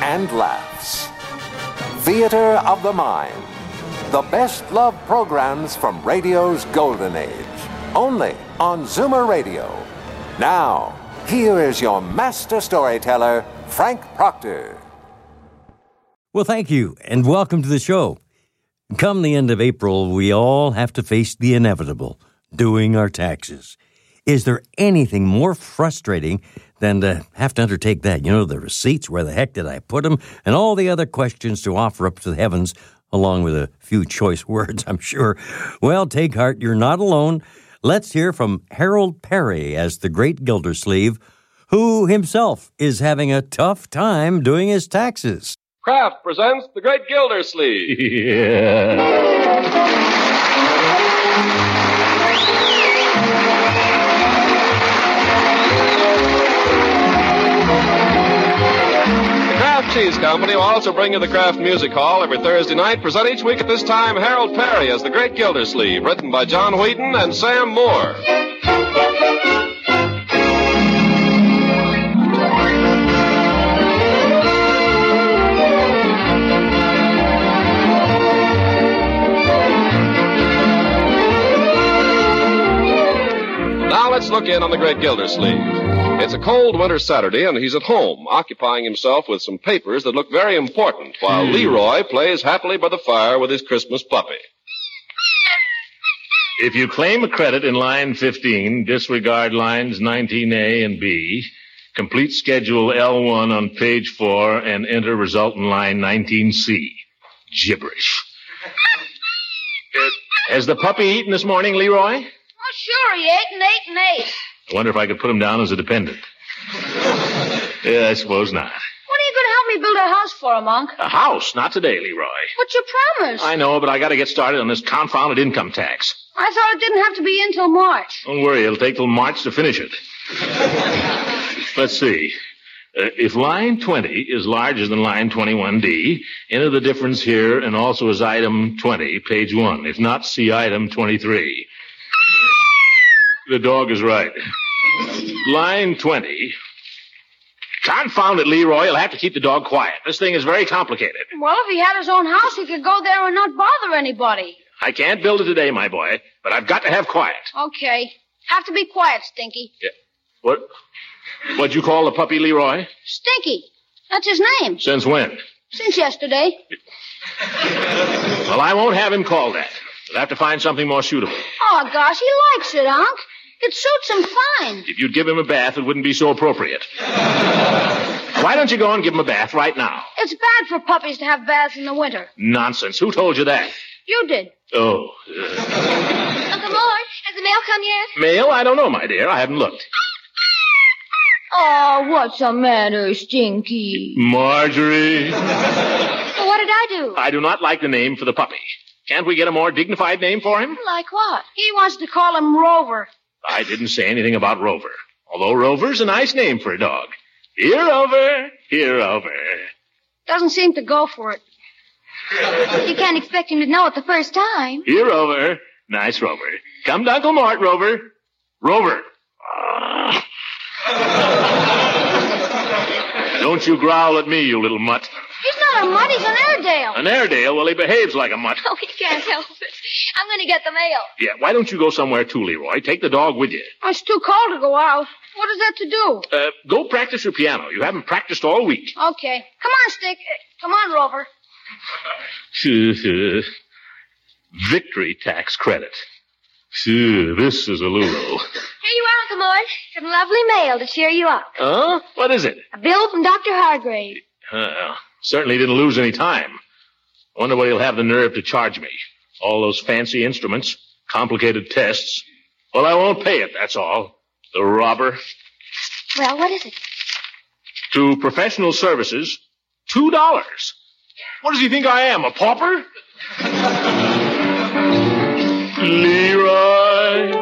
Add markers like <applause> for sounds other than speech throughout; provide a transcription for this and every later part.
and laughs. Theater of the Mind. The best love programs from radio's golden age. Only on Zoomer Radio. Now, here is your master storyteller, Frank Proctor. Well, thank you, and welcome to the show. Come the end of April, we all have to face the inevitable doing our taxes. Is there anything more frustrating than to have to undertake that? You know, the receipts, where the heck did I put them, and all the other questions to offer up to the heavens, along with a few choice <laughs> words, I'm sure. Well, take heart, you're not alone. Let's hear from Harold Perry as the great Gildersleeve, who himself is having a tough time doing his taxes. Kraft presents The Great Gildersleeve. The Kraft Cheese Company will also bring you the Kraft Music Hall every Thursday night. Present each week at this time Harold Perry as The Great Gildersleeve, written by John Wheaton and Sam Moore. Now let's look in on the great Gildersleeve. It's a cold winter Saturday, and he's at home, occupying himself with some papers that look very important, while Leroy plays happily by the fire with his Christmas puppy. If you claim a credit in line 15, disregard lines 19A and B. Complete schedule L1 on page 4 and enter result in line 19C. Gibberish. Uh, has the puppy eaten this morning, Leroy? Oh, sure, he ate and ate and ate. I wonder if I could put him down as a dependent. yeah, I suppose not. When are you going to help me build a house for him, Unc? A house, not today, Leroy. But you promised. I know, but I gotta get started on this confounded income tax. I thought it didn't have to be in till March. Don't worry, it'll take till March to finish it. Let's see. Uh, if line 20 is larger than line 21D, enter the difference here and also as item 20, page 1. If not, see item 23. The dog is right. Line 20. Confound it, Leroy. You'll have to keep the dog quiet. This thing is very complicated. Well, if he had his own house, he could go there and not bother anybody. I can't build it today, my boy, but I've got to have quiet. Okay. Have to be quiet, Stinky. What? What'd you call the puppy, Leroy? Stinky. That's his name. Since when? Since yesterday. Well, I won't have him called that. I'll have to find something more suitable. Oh, gosh, he likes it, Unc. It suits him fine. If you'd give him a bath, it wouldn't be so appropriate. Why don't you go and give him a bath right now? It's bad for puppies to have baths in the winter. Nonsense. Who told you that? You did. Oh, Uncle Mort, has the mail come yet? mail? I don't know, my dear. I haven't looked. Oh, what's the matter, Stinky? Marjorie. What did I do? I do not like the name for the puppy. Can't we get a more dignified name for him? Like what? He wants to call him Rover. I didn't say anything about Rover. Although Rover's a nice name for a dog. Here, Rover. Here, Rover. Doesn't seem to go for it. you can't expect him to know it the first time. Here, Rover. Nice, Rover. Come to Uncle Mort, Rover. Rover. Ah. Don't you growl at me, you little mutt. He's not a mutt, he's an Airedale. An Airedale, well, he behaves like a mutt. Oh, he can't help it. I'm going to get the mail. Yeah, why don't you go somewhere too, Leroy? Take the dog with you. Oh, It's too cold to go out. What is that to do? Uh, go practice your piano. You haven't practiced all week. <laughs> Okay. Come on, Stick. Uh, Come on, Rover. Victory tax credit. This is a Lulu. Here you are, Uncle Mort. Some lovely mail to cheer you up. Huh? What is it? A bill from Dr. Hargrave. Uh, certainly didn't lose any time. I wonder what he'll have the nerve to charge me. All those fancy instruments, complicated tests. Well, I won't pay it, that's all. The robber. Well, what is it? to professional services, two dollars. What does he think I am, a pauper? <laughs> Leroy.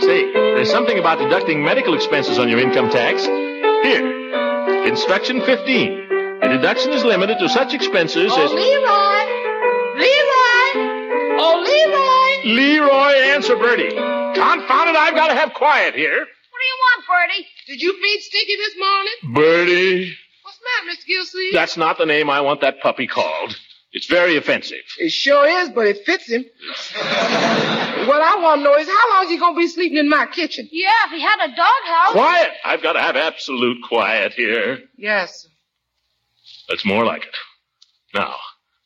Say, there's something about deducting medical expenses on your income tax. Here, instruction 15. The deduction is limited to such expenses as. Oh, Leroy! Leroy! Oh, Leroy! Leroy, answer Bertie. Confound it, I've got to have quiet here. What do you want, Bertie? Did you feed Stinky this morning? Bertie. What's the matter, Mr. Gilsey? That's not the name I want that puppy called. It's very offensive. It sure is, but it fits him. what I want to know is how long is he going to be sleeping in my kitchen? Yeah, if he had a doghouse. Quiet! I've got to have absolute quiet here. Yes. That's more like it. Now,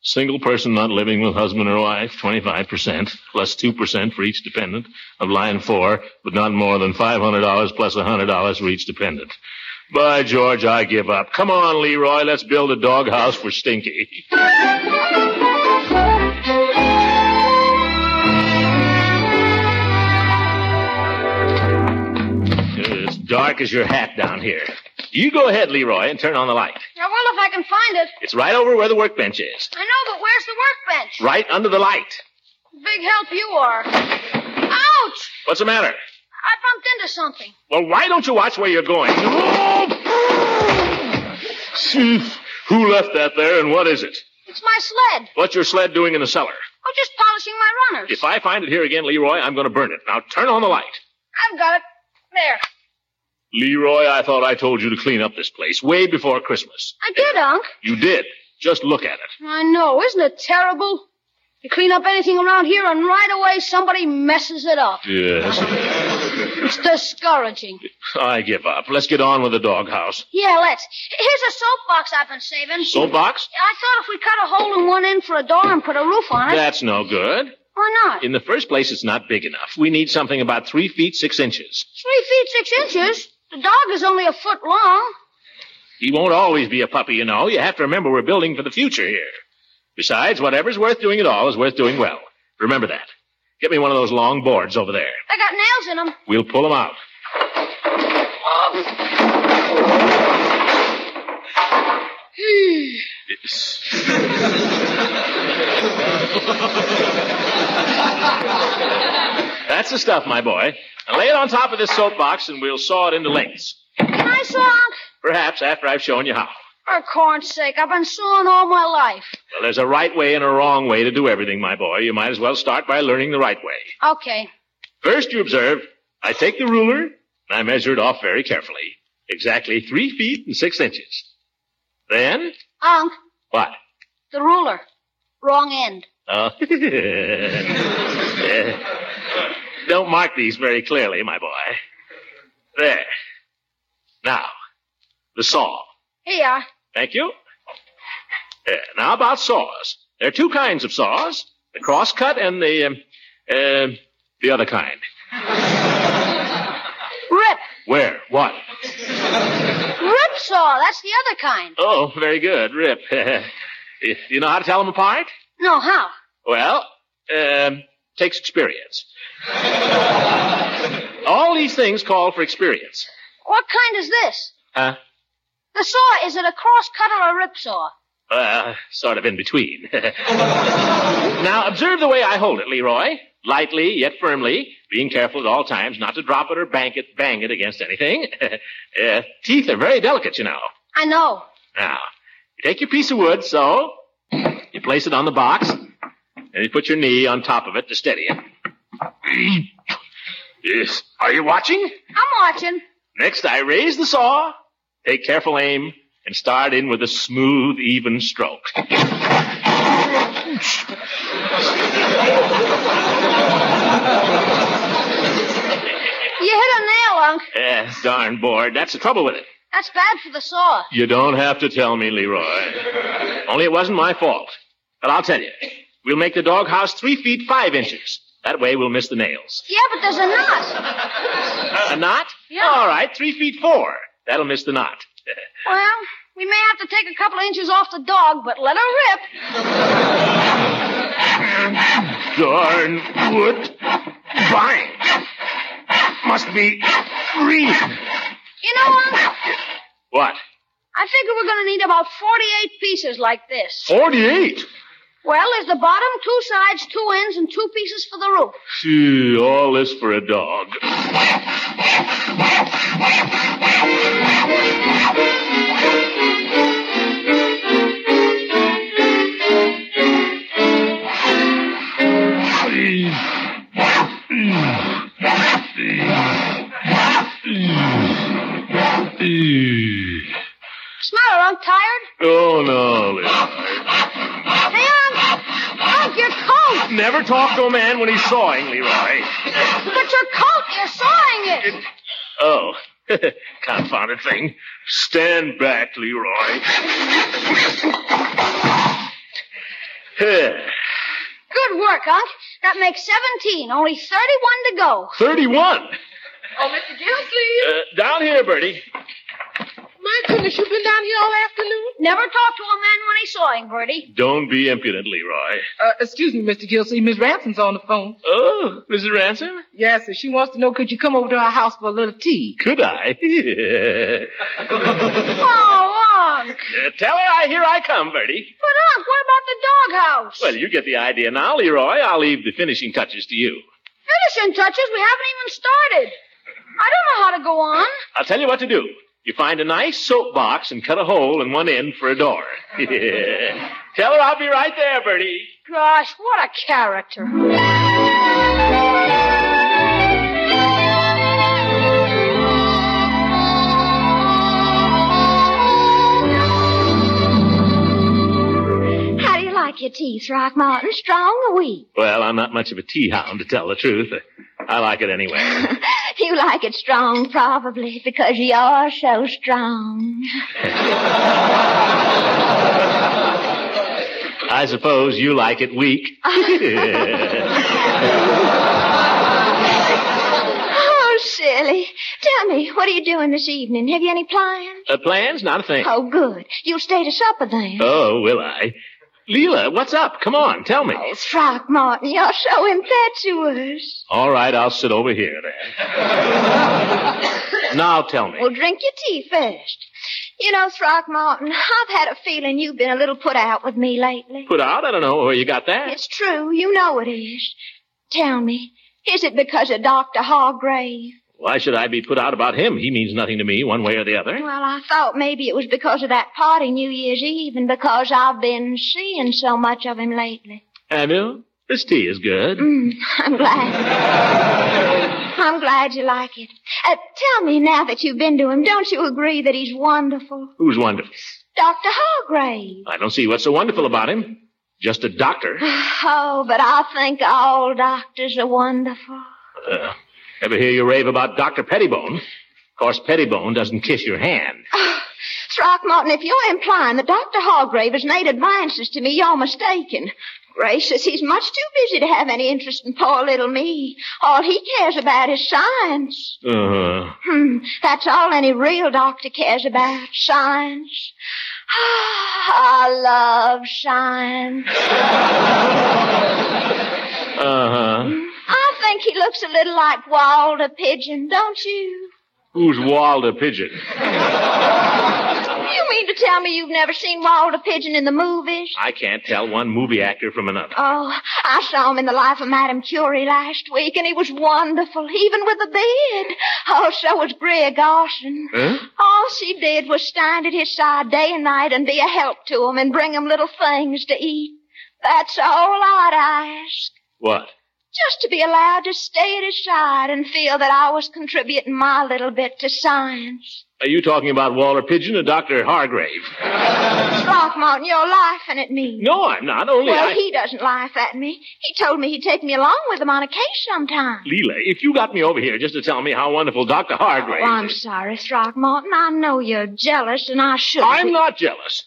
single person not living with husband or wife, 25%, plus 2% for each dependent of line four, but not more than $500 plus $100 for each dependent. By George, I give up. Come on, Leroy, let's build a doghouse for Stinky. It's dark as your hat down here. You go ahead, Leroy, and turn on the light. I wonder if I can find it. It's right over where the workbench is. I know, but where's the workbench? Right under the light. Big help you are. Ouch! What's the matter? I bumped into something. Well, why don't you watch where you're going? Oh! Phew. Who left that there and what is it? It's my sled. What's your sled doing in the cellar? Oh, just polishing my runners. If I find it here again, Leroy, I'm going to burn it. Now turn on the light. I've got it. There. Leroy, I thought I told you to clean up this place way before Christmas. I did, Unc. You did. Just look at it. I know. Isn't it terrible? You clean up anything around here, and right away somebody messes it up. Yes. It's discouraging. I give up. Let's get on with the doghouse. Yeah, let's. Here's a soapbox I've been saving. Soapbox? I thought if we cut a hole in one end for a door and put a roof on it, That's no good. why not? In the first place, it's not big enough. We need something about three feet six inches. Three feet six inches. The dog is only a foot long. He won't always be a puppy, you know. You have to remember we're building for the future here. Besides, whatever's worth doing at all is worth doing well. Remember that. Get me one of those long boards over there. They got nails in them. We'll pull them out. Hmm. It's- That's the stuff, my boy. Now lay it on top of this soapbox and we'll saw it into lengths. Can I saw, Unc? Perhaps after I've shown you how. For corn's sake, I've been sawing all my life. Well, there's a right way and a wrong way to do everything, my boy. You might as well start by learning the right way. Okay. First, you observe, I take the ruler and I measure it off very carefully. Exactly three feet and six inches. Then, Unc, what? the ruler. Wrong end. <laughs> Oh. Eh, Don't mark these very clearly, my boy. There. Now, the saw. Here you are. Thank you. Uh, now about saws. There are two kinds of saws: the crosscut and the um, uh, the other kind. Rip. Where? What? Rip saw. That's the other kind. Oh, very good, Rip. <laughs> you you know how to tell them apart? No, how? Well, um, takes experience. All these things call for experience. What kind is this? Huh? The saw, is it a cross cut or a rip saw? Uh, sort of in between. <laughs> now, observe the way I hold it, Leroy. Lightly, yet firmly, being careful at all times not to drop it or bang it, bang it against anything. <laughs> uh, teeth are very delicate, you know. I know. Now, you take your piece of wood, so, you place it on the box, and you put your knee on top of it to steady it. yes. Are you watching? I'm watching. Next, I raise the saw, take careful aim, and start in with a smooth, even stroke. You hit a nail, Unc. Eh, darn bored. That's the trouble with it. That's bad for the saw. You don't have to tell me, Leroy. Only it wasn't my fault. But I'll tell you. We'll make the doghouse three feet five inches. That way we'll miss the nails. Yeah, but there's a knot. <laughs> A knot? Yeah. All right, three feet four. That'll miss the knot. Well, we may have to take a couple of inches off the dog, but let her rip. Darn wood. Bind. Must be green. You know, we're going to need about 48 pieces like this. 48? Well, there's the bottom, two sides, two ends, and two pieces for the roof. Gee, all this for a dog. Smiler, I'm tired. Oh, no, Leroy. Hey, Unc. Unc, Oh, your coat. Never talk to a man when he's sawing, Leroy. But your coat, you're sawing it. Oh, <laughs> confounded thing. Stand back, Leroy. <laughs> Here, Good work, Unc. That makes 17, only 31 to go. 31. Oh, Mr. Gildersleeve. Uh, down here, Bertie. My goodness, you've been down here all afternoon? Never talk to a man when he's <laughs> sawing, Bertie. Don't be impudent, Leroy. <laughs> Uh, excuse me, Mr. Gildersleeve. Miss Ransom's on the phone. Oh, Mrs. Ransom? Yes, and she wants to know could you come over to her house for a little tea? Could I? Oh, Unc. Uh, tell her I here I come, Bertie. But, Unc, what about the doghouse? Well, you get the idea now, Leroy. I'll leave the finishing touches to you. Finishing touches, we haven't even started. I don't know how to go on. I'll tell you what to do. You find a nice soap box and cut a hole in one end for a door. <laughs> tell her I'll be right there, Bertie. Gosh, what a character. How do you like your tea, Throckmorton? Strong or weak? <laughs> Well, I'm not much of a tea hound, to tell the truth. I like it anyway. You like it strong, probably, because you're so strong. <laughs> I suppose you like it weak. <laughs> Oh, silly. Tell me, what are you doing this evening? Have you any plans? Uh, plans? Not a thing. Oh, good. You'll stay to supper then. Oh, will I? Leela, what's up? Come on, tell me. Oh, Throckmorton, you're so impetuous. All right, I'll sit over here then. now tell me. Well, drink your tea first. You know, Throckmorton, I've had a feeling you've been a little put out with me lately. Put out? I don't know where you got that. It's true. You know it is. Tell me, is it because of Dr. Hargrave? Why should I be put out about him? He means nothing to me, one way or the other. Well, I thought maybe it was because of that party New Year's Eve and because I've been seeing so much of him lately. <laughs> Have you? This tea is good. Mm. I'm glad. I'm glad you like it. Uh, tell me now that you've been to him, don't you agree that he's wonderful? Who's wonderful? Dr. Hargrave. <sighs> I don't see what's so wonderful about him. Just a doctor. Oh, but I think all doctors are wonderful. Uh, ever hear you rave about Dr. Pettibone? Of course, Pettibone doesn't kiss your hand. Throckmorton, if you're implying that Dr. Hargrave has made advances to me, you're mistaken. Gracious, he's much too busy to have any interest in poor little me. All he cares about is science. Uh, Hmm, that's all any real doctor cares about, science. Ah, I love science. uh-huh. I think he looks a little like Walter Pigeon, don't you? Who's Walder Pigeon? You mean to tell me you've never seen Walter Pigeon in the movies? I can't tell one movie actor from another. Oh, I saw him in the life of Madame Curie last week, and he was wonderful, even with a beard. Oh, so was Greer Garson. Huh? All she did was stand at his side day and night and be a help to him and bring him little things to eat. That's all I'd ask. What? Just to be allowed to stay at his side and feel that I was contributing my little bit to science. Are you talking about Walter Pigeon or Dr. Hargrave? Throckmorton, you're laughing at me. No, I'm not. Only Well, I... he doesn't laugh at me. He told me he'd take me along with him on a case sometime. Leela, if you got me over here just to tell me how wonderful Dr. Hargrave Oh, I'm is, sorry, Throckmorton. I know you're jealous, and I should. I'm not jealous.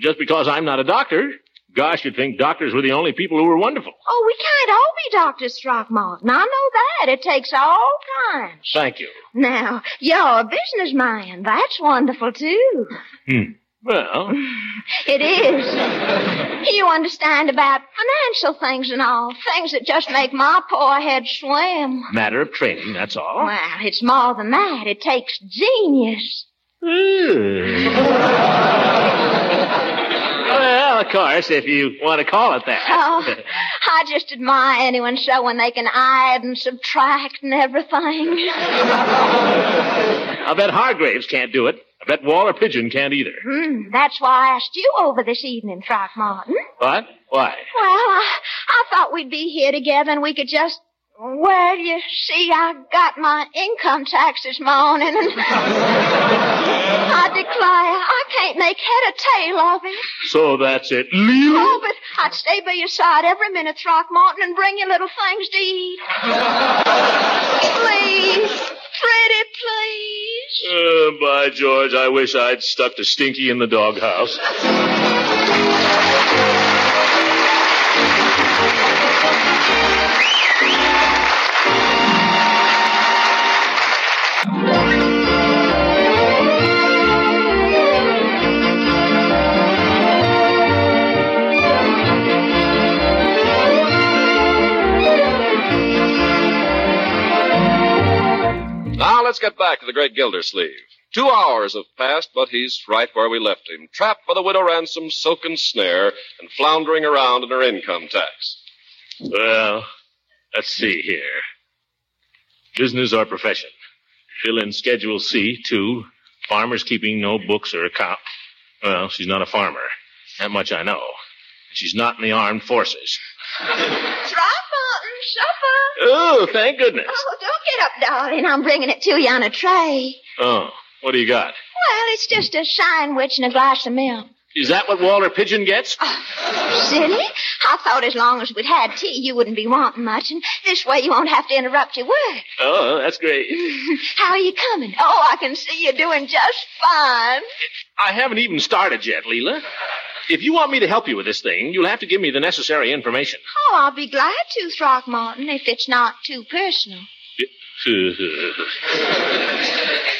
Just because I'm not a doctor, gosh, you'd think doctors were the only people who were wonderful. Oh, we can't all be doctors, Throckmorton. I know that. It takes all kinds. Thank you. Now, you're a businessman. That's wonderful, too. <laughs> Well, It is. You understand about financial things and all. Things that just make my poor head swim. matter of training, that's all. Well, it's more than that. It takes genius. Hmm. <laughs> well, of course, if you want to call it that. Oh, I just admire anyone so when they can add and subtract and everything. <laughs> I bet Hargraves can't do it. I bet Waller Pigeon can't either. Hmm, that's why I asked you over this evening, Throckmorton. What? Why? Well, I, I thought we'd be here together and we could just. Well, you see, I got my income tax this morning and. <laughs> I declare, I can't make head or tail of it. So that's it. Leela? Oh, but I'd stay by your side every minute, Throckmorton, and bring you little things to eat. please. Pretty, please. Uh, by George, I wish I'd stuck to Stinky in the doghouse. Now let's get back to the great Gildersleeve. Two hours have passed, but he's right where we left him, trapped by the widow Ransom's silken snare and floundering around in her income tax. Well, let's see here. Business or profession? Fill in Schedule C, 2. Farmer's keeping no books or account. Well, she's not a farmer. That much I know. She's not in the armed forces. Throckmorton, supper. Oh, thank goodness. Oh, don't get up, darling. I'm bringing it to you on a tray. Oh, what do you got? Well, it's just a sandwich and a glass of milk. Is that what Walter Pigeon gets? Silly. I thought as long as we'd had tea, you wouldn't be wanting much, and this way you won't have to interrupt your work. <laughs> Oh, that's great. How are you coming? Oh, I can see you're doing just fine. I haven't even started yet, Leela. If you want me to help you with this thing, you'll have to give me the necessary information. Oh, I'll be glad to, Throckmorton, if it's not too personal. <laughs>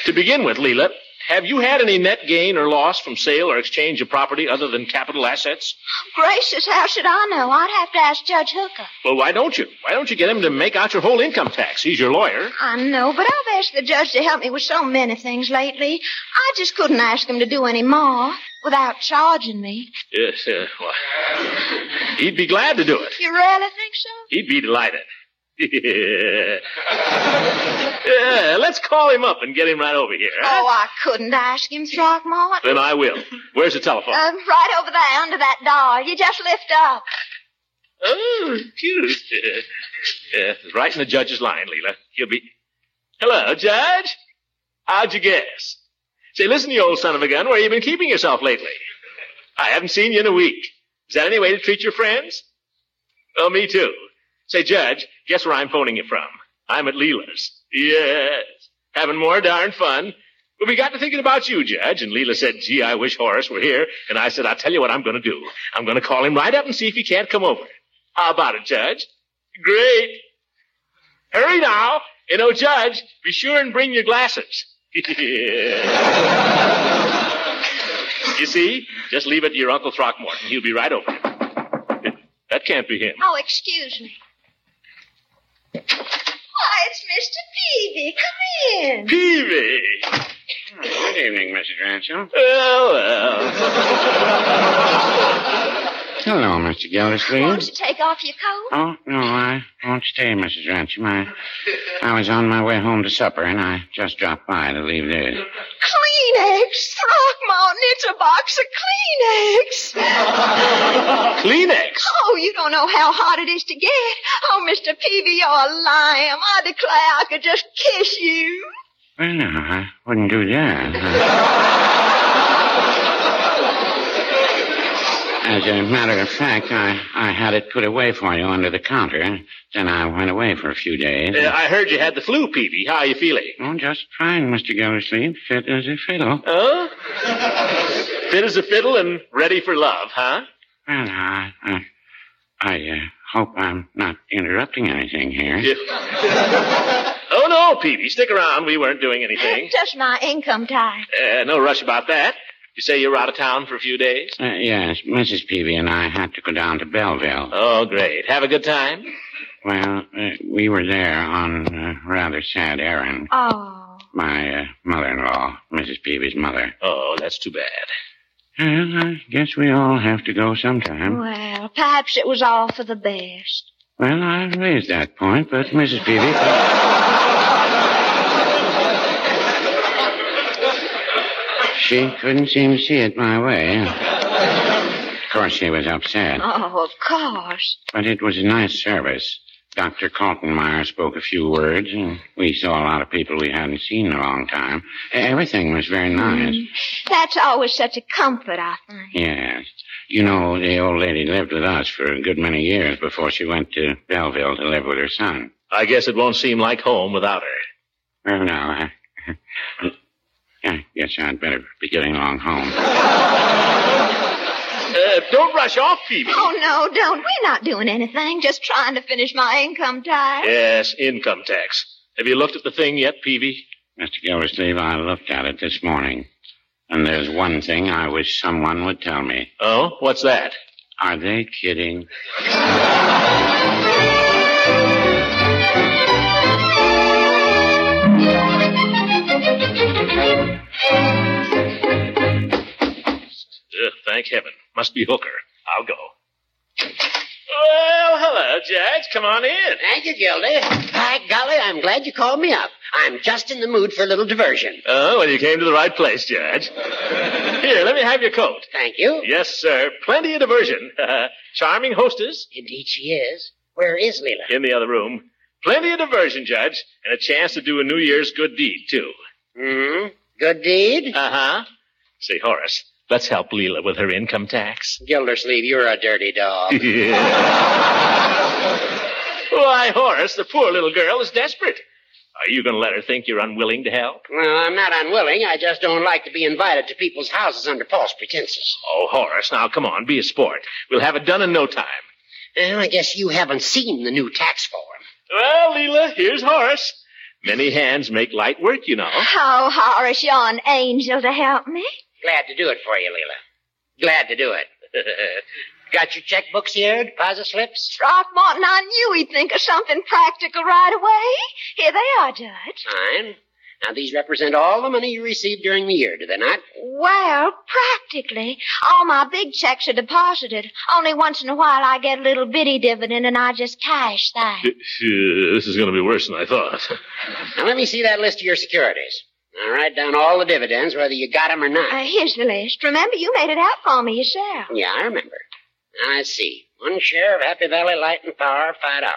to begin with, Leela, have you had any net gain or loss from sale or exchange of property other than capital assets? Gracious, how should I know? I'd have to ask Judge Hooker. Well, why don't you? Why don't you get him to make out your whole income tax? He's your lawyer. I know, but I've asked the judge to help me with so many things lately. I just couldn't ask him to do any more without charging me. Yes, uh, well, he'd be glad to do it. You really think so? He'd be delighted. <laughs> yeah, let's call him up and get him right over here. huh? Oh, I couldn't ask him, Throckmorton. Then I will. Where's the telephone? Um, right over there under that door. You just lift up. Oh, cute. Yeah, it's Uh, right in the judge's line, Leela. He'll be. Hello, Judge. How'd you guess? Say, listen, you old son of a gun, where you been keeping yourself lately? I haven't seen you in a week. Is that any way to treat your friends? Oh, me too. Say, Judge, guess where I'm phoning you from? I'm at Leela's. Yes. Having more darn fun. But we got to thinking about you, Judge, and Leela said, gee, I wish Horace were here. And I said, I'll tell you what I'm going to do. I'm going to call him right up and see if he can't come over. How about it, Judge? Great. Hurry now. And oh, Judge, be sure and bring your glasses. <laughs> you see? Just leave it to your Uncle Throckmorton. He'll be right over. That can't be him. Oh, excuse me. Why, it's Mr. Peavy. Come in. Peavy! Good evening, Mrs. Ransom. Well, well. Hello, Mr. Gildersleeve. Won't you <laughs> take off your coat? Oh, no, I won't stay, Mrs. Ransom. I, I was on my way home to supper, and I just dropped by to leave this. Kleenex. Throckmorton, it's a box of Kleenex. Kleenex. Oh, you don't know how hard it is to get. Oh, Mr. Peavy, you're a lamb. I declare I could just kiss you. Well, no, I wouldn't do that. As a matter of fact, I, I had it put away for you under the counter. Then I went away for a few days. Uh, I heard you had the flu, Peavy. How are you feeling? Oh, just fine, Mr. Gildersleeve. Fit as a fiddle. Huh? <laughs> Fit as a fiddle and ready for love, huh? Well, I, I, Uh, I uh, hope I'm not interrupting anything here. Yeah. oh, no, Peavy. Stick around. We weren't doing anything. Just my income tax. Uh, no rush about that. You say you were out of town for a few days? Uh, yes, Mrs. Peavy and I had to go down to Belleville. Oh, great. Have a good time? Well, uh, we were there on a rather sad errand. Ah, Oh. my uh, mother-in-law, Mrs. Peavy's mother. Oh, that's too bad. Well, I guess we all have to go sometime. Well, perhaps it was all for the best. Well, I raised that point, but Mrs. Peavy, she couldn't seem to see it my way. Of course, she was upset, Oh, of course. but it was a nice service. Dr. Kaltenmeyer spoke a few words, and we saw a lot of people we hadn't seen in a long time. E- Everything was very nice. That's always such a comfort, I think. Yes. You know, the old lady lived with us for a good many years before she went to Belleville to live with her son. I guess it won't seem like home without her. Well, no, I, <laughs> I guess I'd better be getting along home. Uh, don't rush off, Peavy. Oh, no, don't. We're not doing anything, just trying to finish my income tax. Yes, income tax. Have you looked at the thing yet, Peavy? Mr. Gildersleeve, I looked at it this morning, and there's one thing I wish someone would tell me. Oh, what's that? Are they kidding? Uh, thank heaven. Must be Hooker. I'll go. Well, hello, Judge. Come on in. Thank you, Gildy. By golly, I'm glad you called me up. I'm just in the mood for a little diversion. Oh, well, you came to the right place, Judge. Here, let me have your coat. Thank you. Yes, sir. Plenty of diversion. <laughs> Charming hostess Indeed, she is. Where is Leela? in the other room. Plenty of diversion, Judge, and a chance to do a New Year's good deed, too. hmm Mm-hmm. Good deed? Uh huh. Say, Horace, let's help Leela with her income tax. Gildersleeve, you're a <laughs> dirty dog. Why, Horace, the poor little girl is desperate. Are you going to let her think you're unwilling to help? well, I'm not unwilling. I just don't like to be invited to people's houses under false pretenses. Oh, Horace, now come on, be a sport. We'll have it done in no time. Well, I guess you haven't seen the new tax form. Well, Leela, here's Horace. Many hands make light work, you know. Oh, Horace, you're an angel to help me. Glad to do it for you, Leela. Glad to do it. <laughs> Got your checkbooks here, deposit slips? Throckmorton, I knew he'd think of something practical right away. Here they are, Judge. Fine. Now, these represent all the money you received during the year, do they not? Well, practically. All my big checks are deposited. Only once in a while I get a little bitty dividend and I just cash that. this is going to be worse than I thought. Now, let me see that list of your securities. Now, write down all the dividends, whether you got 'em or not. Uh, here's the list. Remember, you made it out for me yourself. Yeah, I remember. Now, I see. One share of Happy Valley Light and Power, $5.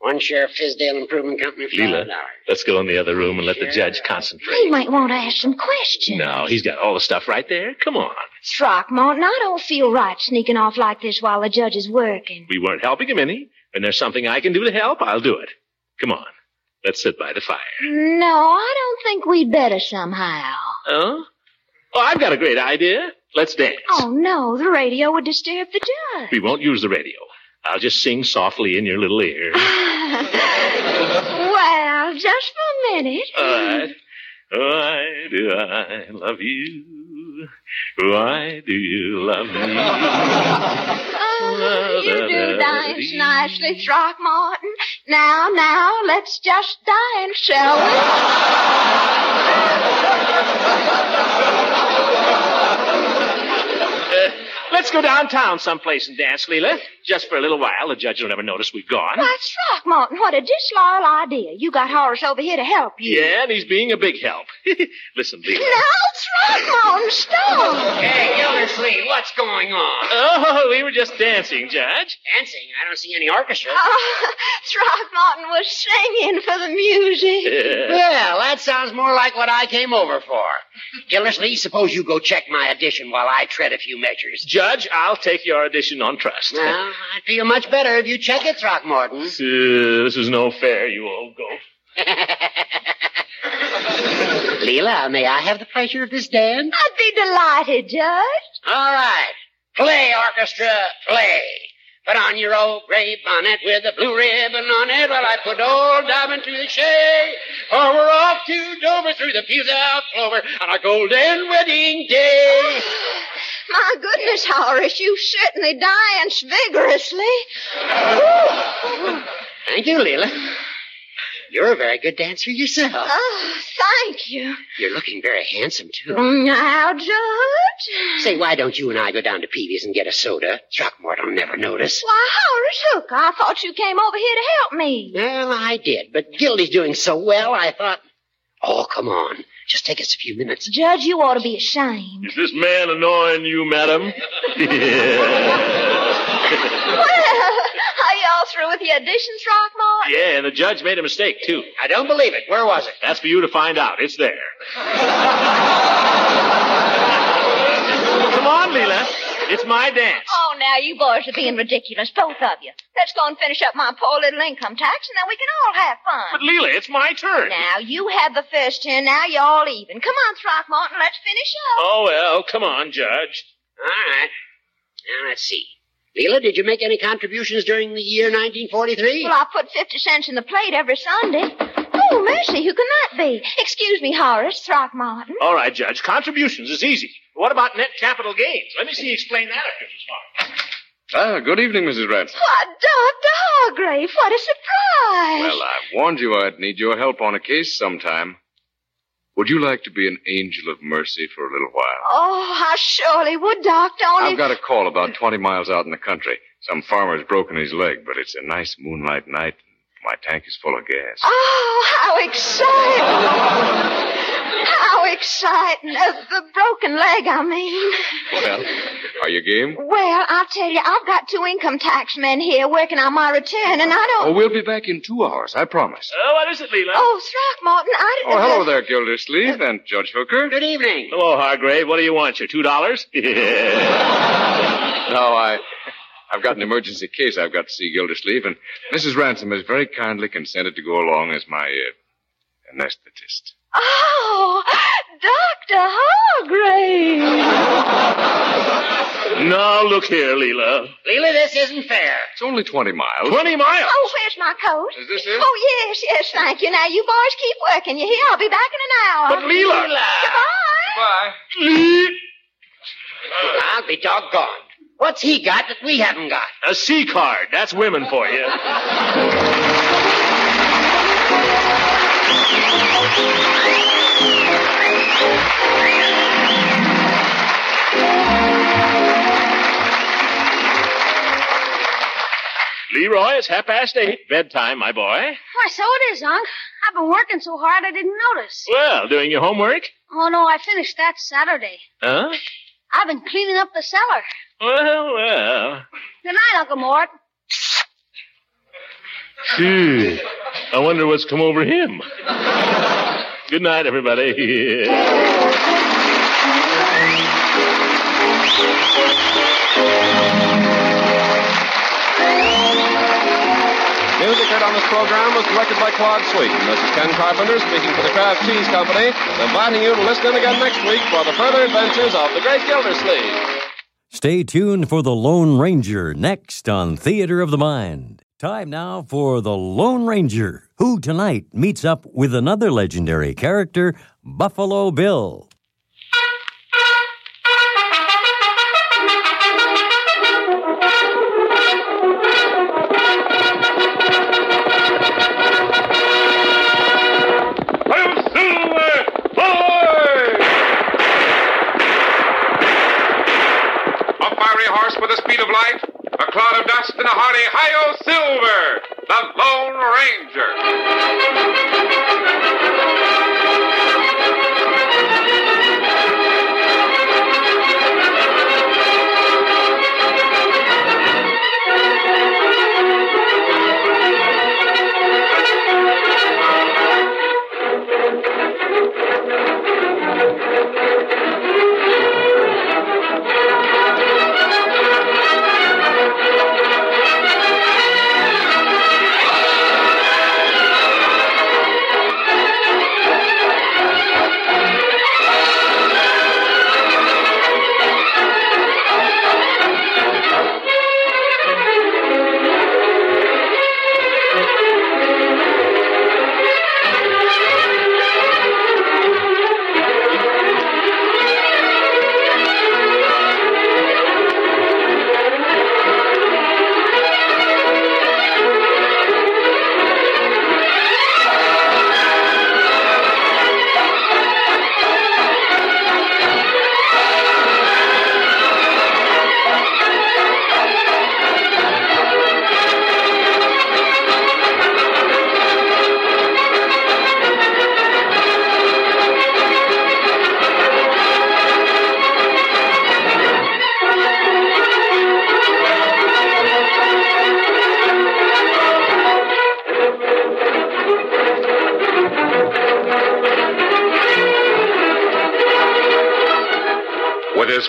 One share of Fizdale Improvement Company, $5. Leela, let's go in the other room and let the judge He concentrate. might want to ask some questions. No, he's got all the stuff right there. Come on. Throckmorton, I don't feel right sneaking off like this while the judge is working. We weren't helping him any. When there's something I can do to help, I'll do it. Come on. Let's sit by the fire. No, I don't think we'd better somehow. Huh? Oh, I've got a great idea. Let's dance. Oh, no, the radio would disturb the judge. We won't use the radio. I'll just sing softly in your little ear. <laughs> Well, just for a minute. Why, why do I love you? Why do you love me? Oh, you do dance nicely, Throckmorton. Now, now, let's just dance, shall we? Uh, Let's go downtown someplace and dance, Leela. Just for a little while. The judge will never notice we've gone. Why, Throckmorton, what a disloyal idea. You got Horace over here to help you. Yeah, and he's being a big help. <laughs> Listen, Leela. No, Throckmorton, stop. Hey, Gildersleeve, what's going on? Oh, we were just dancing, Judge. Dancing? I don't see <laughs> any orchestra. Oh, Throckmorton was singing for the music. <laughs> Well, that sounds more like what I came over for. Gildersleeve, suppose you go check my addition while I tread a few measures. Judge, I'll take your audition on trust. Now, I'd feel much better if you check it, Throckmorton. Uh, this is no fair, you old goat. Leela, may I have the pleasure of this dance? I'd be delighted, Judge. All right. Play, orchestra, play. Put on your old gray bonnet with a blue ribbon on it while I put old Dobbin to the shade. For we're off to Dover through the pews out clover on our golden wedding day. My goodness, Horace, you certainly dance vigorously. Thank you, Leela. You're a very good dancer yourself. Oh, thank you. You're looking very handsome, too. Now, George. Say, why don't you and I go down to Peavy's and get a soda? Throckmorton'll never notice. Why, Horace Hooker, I thought you came over here to help me. Well, I did, but Gildy's doing so well, I thought. Oh, come on. Just take us a few minutes. Judge, you ought to be ashamed. Is this man annoying you, madam? <laughs> yeah. Well, <laughs> are y'all through with the auditions, Throckmorton? yeah, and the judge made a mistake, too. I don't believe it. Where was it? That's for you to find out. It's <laughs> there. Come on, Leela. It's my dance. Oh, now you boys are being ridiculous, both of you. Let's go and finish up my poor little income tax, and then we can all have But fun. Leela, it's my turn. Now, you had the first ten, now you're all even. Come on, Throckmorton, let's finish up. Oh, well, come on, Judge. All right. Now, let's see. Leela, did you make any contributions during the year 1943? Well, I put 50 cents in the plate every Sunday. Oh, mercy, who can that be? Excuse me, Horace, Throckmorton. All right, Judge. Contributions is easy. What about net capital gains? Let me see you explain that up here, Miss Martin. Ah, good evening, Mrs. Ransom. Why, Dr. Hargrave, what a surprise. Well, I warned you I'd need your help on a case sometime. Would you like to be an angel of mercy for a little while? Oh, I surely would, Doctor, only... I've got a call about 20 miles out in the country. Some farmer's broken his leg, but it's a nice moonlight night, and my tank is full of gas. Oh, how exciting! how exciting! Uh, the broken leg, I mean. Well, are you game? Well, I'll tell you, I've got two income tax men here working on my return, and I Oh, don't. we'll be back in two hours, I promise. Oh, what is it, Leela? Oh, Throckmorton, I Oh, didn't. hello there, Gildersleeve and Judge Hooker. Uh, Good evening. Hello, Hargrave. What do you want? Your two dollars? <laughs> <laughs> Yeah. No, I, I've got an emergency case I've got to see Gildersleeve, and Mrs. Ransom has very kindly consented to go along as my uh, anesthetist. Oh, Doctor Hargrave. now look here, Leela. Leela, this isn't fair. It's only 20 miles. Twenty miles. Oh, where's my coat? Is this it? Oh yes, yes, thank you. Now you boys keep working. You hear? I'll be back in an hour. But Leela. Goodbye. Bye. Le- I'll be doggone. What's he got that we haven't got? A C card. That's women for you. Leroy, it's half past eight. Bedtime, my boy. Why, so it is, Unc. I've been working so hard I didn't notice. Well, doing your homework? Oh no, I finished that Saturday. Huh? I've been cleaning up the cellar. Well, well. Good night, Uncle Mort. Phew. I wonder what's come over him. Good night, everybody. <laughs> Music heard on this program was directed by Claude Sweet. And this is Ken Carpenter speaking for the Kraft Cheese Company, inviting you to listen in again next week for the further adventures of the Great Gildersleeve. Stay tuned for The Lone Ranger next on Theater of the Mind. Time now for The Lone Ranger, who tonight meets up with another legendary character, Buffalo Bill. A fiery horse with the speed of light, a cloud of dust, and a hearty hi-yo silver, the Lone Ranger. Thank With his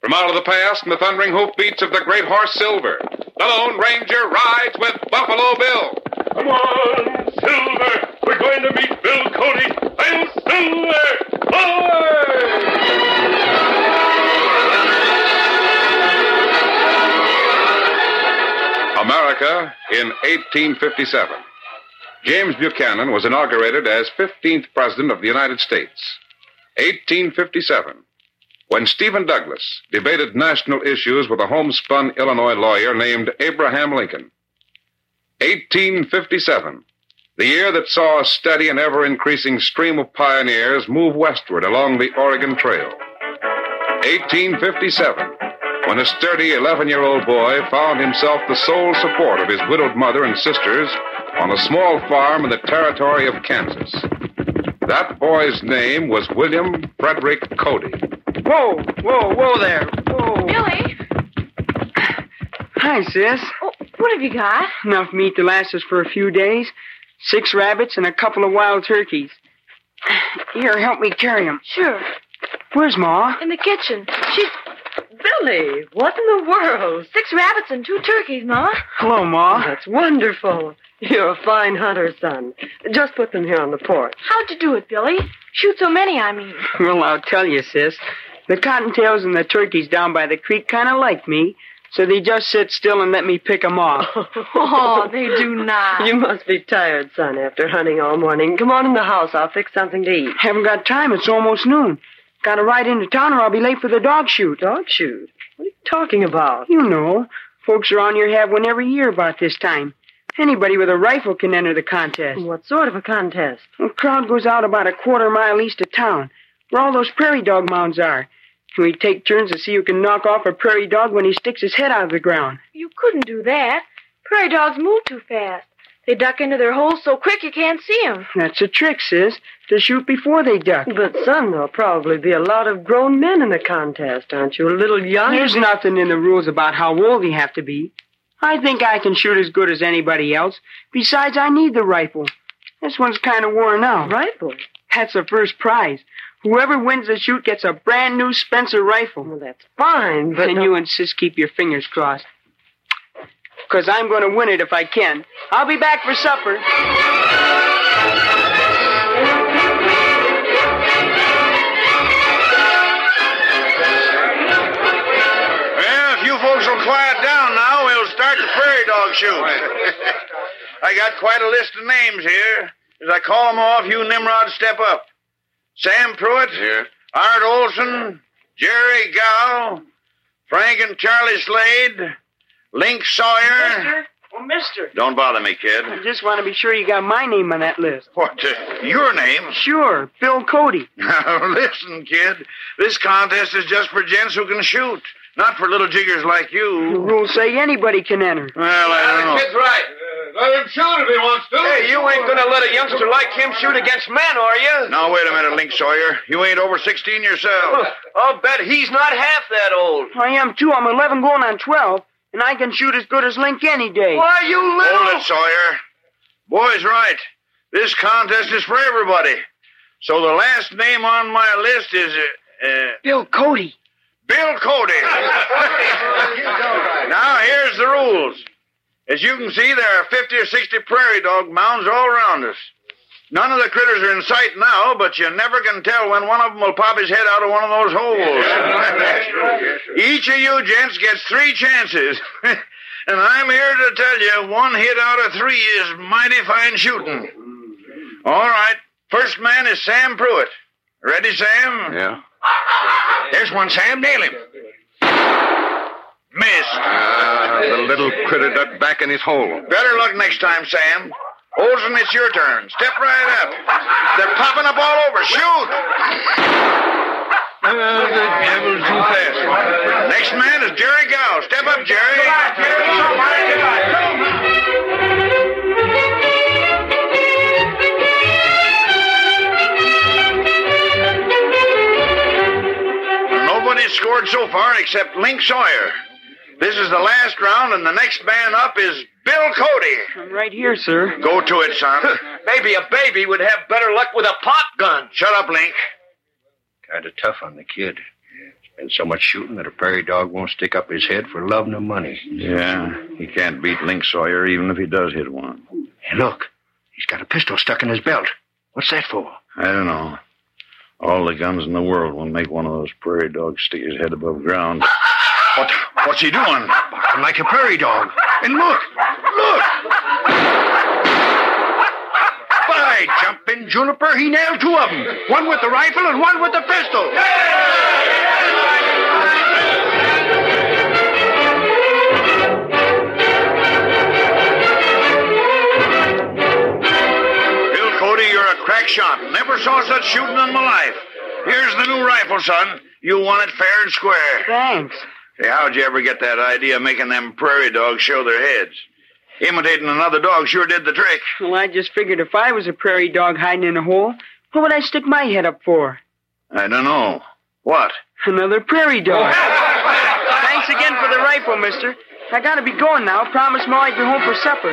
From out of the past and the thundering hoofbeats of the great horse Silver, the Lone Ranger rides with Buffalo Bill. Come on, Silver! We're going to meet Bill Cody. I'm Silver! America in 1857. James Buchanan was inaugurated as 15th President of the United States. 1857. When Stephen Douglas debated national issues with a homespun Illinois lawyer named Abraham Lincoln. 1857. The year that saw a steady and ever increasing stream of pioneers move westward along the Oregon Trail. 1857 when a sturdy 11 year old boy found himself the sole support of his widowed mother and sisters on a small farm in the territory of Kansas. That boy's name was William Frederick Cody. Whoa, whoa, whoa there. Billy, Oh, Hi, sis. what have you got? Enough meat to last us for a few days. Six rabbits and a couple of wild turkeys. Here, help me carry 'em. Sure. Where's Ma? In the kitchen. She's. Billy, what in the world? Six rabbits and two turkeys, Ma. Hello, Ma. Oh, That's wonderful. You're a fine hunter, son. Just put them here on the porch. How'd you do it, Billy? Shoot so many, I mean. Well, I'll tell you, sis. The cottontails and the turkeys down by the creek kind of like me, so they just sit still and let me pick <laughs> 'em off. Oh, they do not. You must be tired, son, after hunting all morning. Come on in the house. I'll fix something to eat. Haven't got time. It's almost noon. Gotta ride into town or I'll be late for the dog shoot. Dog shoot? What are you talking about? You know. Folks around here have one every year about this time. Anybody with a rifle can enter the contest. What sort of a contest? A crowd goes out about a quarter mile east of town, where all those prairie dog mounds are. We take turns to see who can knock off a prairie dog when he sticks his head out of the ground. You couldn't do that. Prairie dogs move too fast. They duck into their holes so quick you can't see them. That's a trick, sis, to shoot before they duck. But, son, there'll probably be a lot of grown men in the contest, aren't you? A little young. There's nothing in the rules about how old you have to be. I think I can shoot as good as anybody else. Besides, I need the rifle. This one's kind of worn out. Rifle? That's the first prize. Whoever wins the shoot gets a brand new Spencer rifle. Well, that's fine, but. And you and Sis keep your fingers crossed. Because I'm going to win it if I can. I'll be back for supper. Well, if you folks will quiet down now, we'll start the prairie dog shoot. <laughs> I got quite a list of names here. As I call them off, you Nimrod step up. Sam Pruitt, here. Art Olson, Jerry Gow, Frank and Charlie Slade, Link Sawyer. Mister? Oh, mister. Don't bother me, kid. I just want to be sure you got my name on that list. What? uh, your name? Sure, Bill Cody. <laughs> Now, listen, kid. This contest is just for gents who can shoot, not for little jiggers like The you. rules say anybody can enter. Well, I don't know. right. Uh, let him shoot if he wants to. Hey, you ain't gonna let a youngster like him shoot against men, are you? Now, wait a minute, Link Sawyer. You ain't over 16 yourself. <laughs> I'll bet he's not half that old. I am too. I'm 11 going on 12, and I can shoot as good as Link any day. Why, you little. Hold it, Sawyer. Boy's right. This contest is for everybody. So the last name on my list is. Uh, uh, Bill Cody. Bill <laughs> Cody. now, here's the rules. As you can see, there are 50 or 60 prairie dog mounds all around us. None of the critters are in sight now, but you never can tell when one of them will pop his head out of one of those <laughs> holes. Each of you gents gets three chances. <laughs> and I'm here to tell you one hit out of three is mighty fine shooting. All right. First man is Sam Pruitt. Ready, Sam? Yeah. There's one, Sam. Nail him. Missed. Ah, The little critter ducked back in his hole. Better luck next time, Sam. Olson, it's your turn. Step right up. They're popping up all over. Shoot! Uh, the devil's too fast. Next man is Jerry Gow. Step up, Jerry. fired so far except Link Sawyer. This is the last round, and the next man up is Bill Cody. I'm right here, sir. Go to it, son. <laughs> Maybe a baby would have better luck with a pop gun. Shut up, Link. Kind of tough on the kid. Been so much shooting that a prairie dog won't stick up his head for love nor money. Yeah, he can't beat Link Sawyer even if he does hit one. Hey, look, he's got a pistol stuck in his belt. What's that for? I don't know. All the guns in the world will make one of those prairie dogs stick his head above ground. What? What's he doing? Barking like a prairie dog. And look, <laughs> look! By jumping juniper, he nailed two of them. One with the rifle and one with the pistol. Bill Cody, you're a crack shot. Never saw such shooting in my life. Here's the new rifle, son. You won it fair and square. Thanks. Say, how'd you ever get that idea of making them prairie dogs show their heads? Imitating another dog sure did the trick. Well, I just figured if I was a prairie dog hiding in a hole, what would I stick my head up for? I don't know. <laughs> What? Another prairie <laughs> dog. Thanks again for the rifle, mister. I gotta be going now. Promise Ma I'd be home for supper.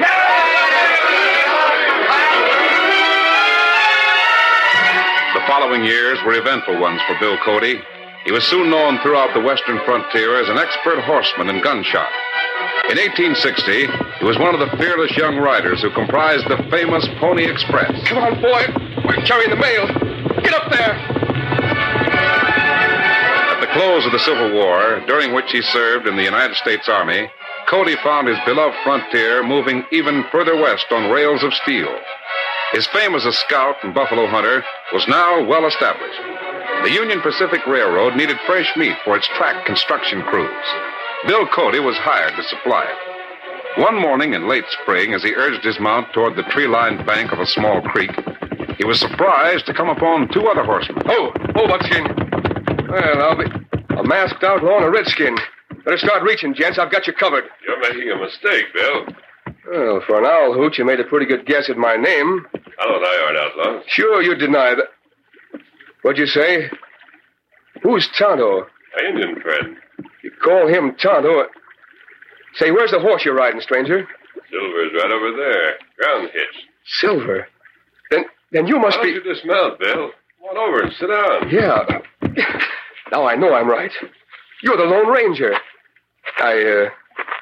The following years were eventful ones for Bill Cody. He was soon known throughout the western frontier as an expert horseman and gunshot. In 1860, he was one of the fearless young riders who comprised the famous Pony Express. Come on, boy. We're carrying the mail. Get up there. At the close of the Civil War, during which he served in the United States Army, Cody found his beloved frontier moving even further west on rails of steel. His fame as a scout and buffalo hunter was now well established. The Union Pacific Railroad needed fresh meat for its track construction crews. Bill Cody was hired to supply it. One morning in late spring, as he urged his mount toward the tree lined bank of a small creek, he was surprised to come upon two other horsemen. Oh, oh, Buckskin. Uh, Well, I'll be a masked outlaw and a redskin. Better start reaching, gents. I've got you covered. You're making a mistake, Bill. Well, for an owl hoot, you made a pretty good guess at my name. I don't I aren't outlaw. Sure, you deny that. What'd you say? Who's Tonto? My Indian friend, You call him Tonto. Say, where's the horse you're riding, stranger? Silver's right over there. Ground hitch. Silver. Then, then you must Why be. don't you dismount, Bill? Come on over and sit down. Yeah. Now I know I'm right. You're the Lone Ranger. I uh,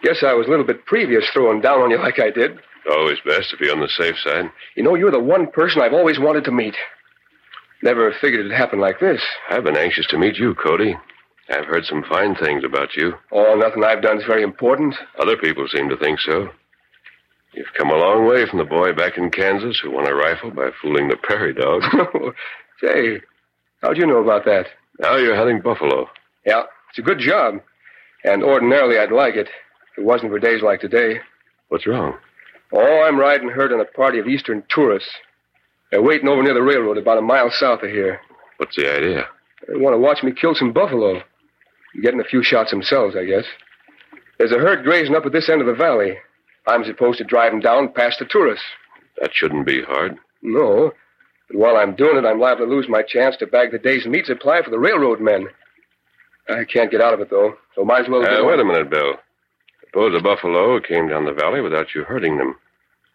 guess I was a little bit previous throwing down on you like I did. It's always best to be on the safe side. You know, you're the one person I've always wanted to meet. Never figured it'd happen like this. I've been anxious to meet you, Cody. I've heard some fine things about you. Oh, nothing I've done's very important. Other people seem to think so. You've come a long way from the boy back in Kansas who won a rifle by fooling the prairie dog. <laughs> <laughs> Say, how'd you know about that? now you're hunting buffalo. Yeah, it's a good job. And ordinarily I'd like it. If it wasn't for days like today. What's wrong? Oh, I'm riding herd on a party of eastern tourists. They're waiting over near the railroad about a mile south of here. What's the idea? They want to watch me kill some buffalo. Getting a few shots themselves, I guess. There's a herd grazing up at this end of the valley. I'm supposed to drive 'em down past the tourists. That shouldn't be hard. No. But while I'm doing it, I'm liable to lose my chance to bag the day's meat supply for the railroad men. I can't get out of it, though, so might as well. get Uh, on. wait a minute, Bill. Suppose a buffalo came down the valley without you hurting them.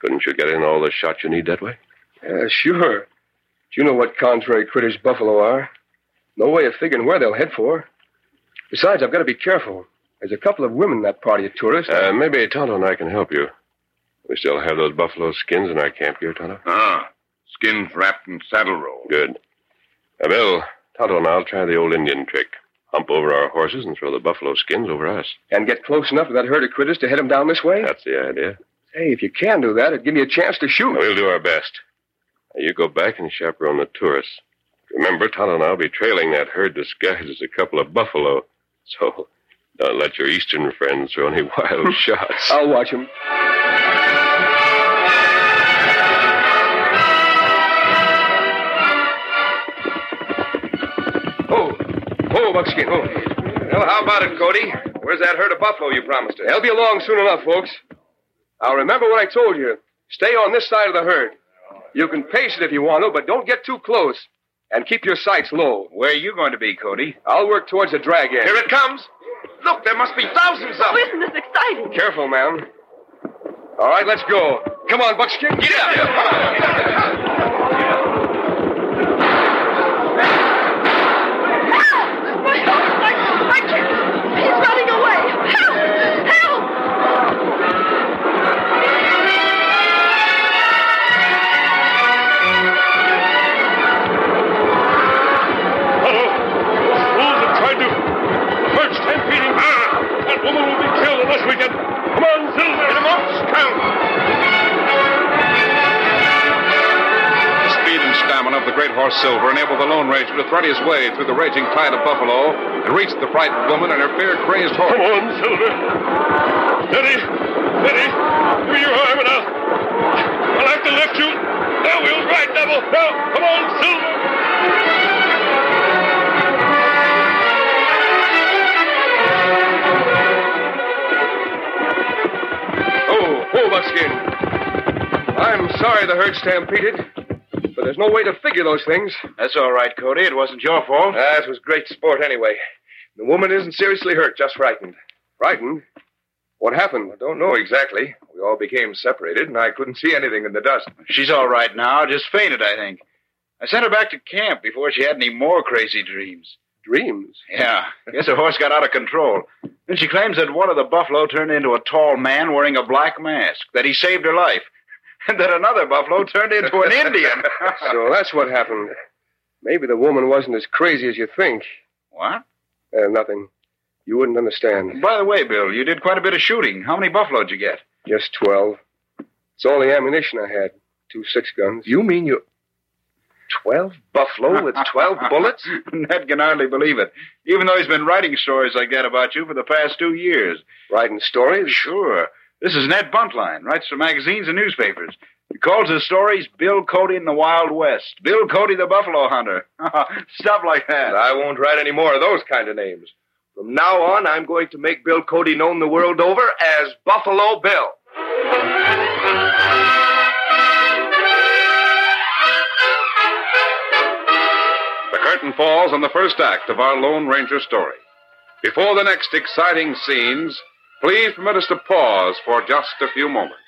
Couldn't you get in all the shots you need that way? Yeah, Uh, sure. But you know what contrary critters buffalo are. No way of figuring where they'll head for. Besides, I've got to be careful. There's a couple of women in that party of tourists. Uh, maybe Tonto and I can help you. We still have those buffalo skins in our camp here, Tonto. Ah, skins wrapped in saddle roll. Good. Now, Uh, Bill, Tonto and I'll try the old Indian trick. Hump over our horses and throw the buffalo skins over us. and get close enough to that herd of critters to head 'em down this way? That's the idea. Hey, if you can do that, it'd give me a chance to shoot. We'll do our best. Now, you go back and chaperone the tourists. Remember, Tonto and I'll be trailing that herd disguised as a couple of buffalo. So don't let your eastern friends throw any <laughs> wild shots. Hmm. I'll watch 'em. Oh, Buckskin, oh. Well, how about it, Cody? Where's that herd of buffalo you promised us? They'll be along soon enough, folks. Now, remember what I told you. Stay on this side of the herd. You can pace it if you want to, but don't get too close. And keep your sights low. Where are you going to be, Cody? I'll work towards the drag end. Here it comes. Look, there must be thousands of them. Isn't this exciting? Careful, ma'am. All right, let's go. Come on, Buckskin. Get up. Eh, He's running away. Help! Help! Oh, Fools have tried to burn stampeding. Ah, That woman will be killed unless we get. Come on, Silver. Get him up, scout. The speed and stamina of the great horse Silver enabled the Lone Ranger to thread his way through the raging tide of buffalo and reach the frightened woman and her fear crazed horse. Come on, Silver. Steady, steady. Give me your arm and I'll. I'll have to lift you. Now we'll ride double. Now, come on, Silver. Oh, whoa, Buckskin. I'm sorry the herd stampeded, but there's no way to figure those things. That's all right, Cody. It wasn't your fault. That was great sport anyway. The woman isn't seriously hurt, just frightened. Frightened? What happened? I don't know exactly. We all became separated, and I couldn't see anything in the dust. She's all right now. Just fainted, I think. I sent her back to camp before she had any more crazy dreams. Dreams? Yeah. Guess her horse got out of control. Then she claims that one of the buffalo turned into a tall man wearing a black mask, that he saved her life, <laughs> and that another buffalo turned into an <laughs> Indian. <laughs> so that's what happened. Maybe the woman wasn't as crazy as you think. What? Uh, nothing. You wouldn't understand. By the way, Bill, you did quite a bit of shooting. How many buffalo did you get? Just 12. It's all the ammunition I had. Two six guns. You mean you. 12 Buffalo with <laughs> 12 bullets? Ned can hardly believe it. Even though he's been writing stories like that about you for the past two years. Writing stories? Sure. This is Ned Buntline. Writes for magazines and newspapers. He calls his stories Bill Cody in the Wild West. Bill Cody the Buffalo Hunter. Stuff like that. I won't write any more of those kind of names. From now on, I'm going to make Bill Cody known the world over as Buffalo Bill. The curtain falls on the first act of our Lone Ranger story. Before the next exciting scenes, please permit us to pause for just a few moments.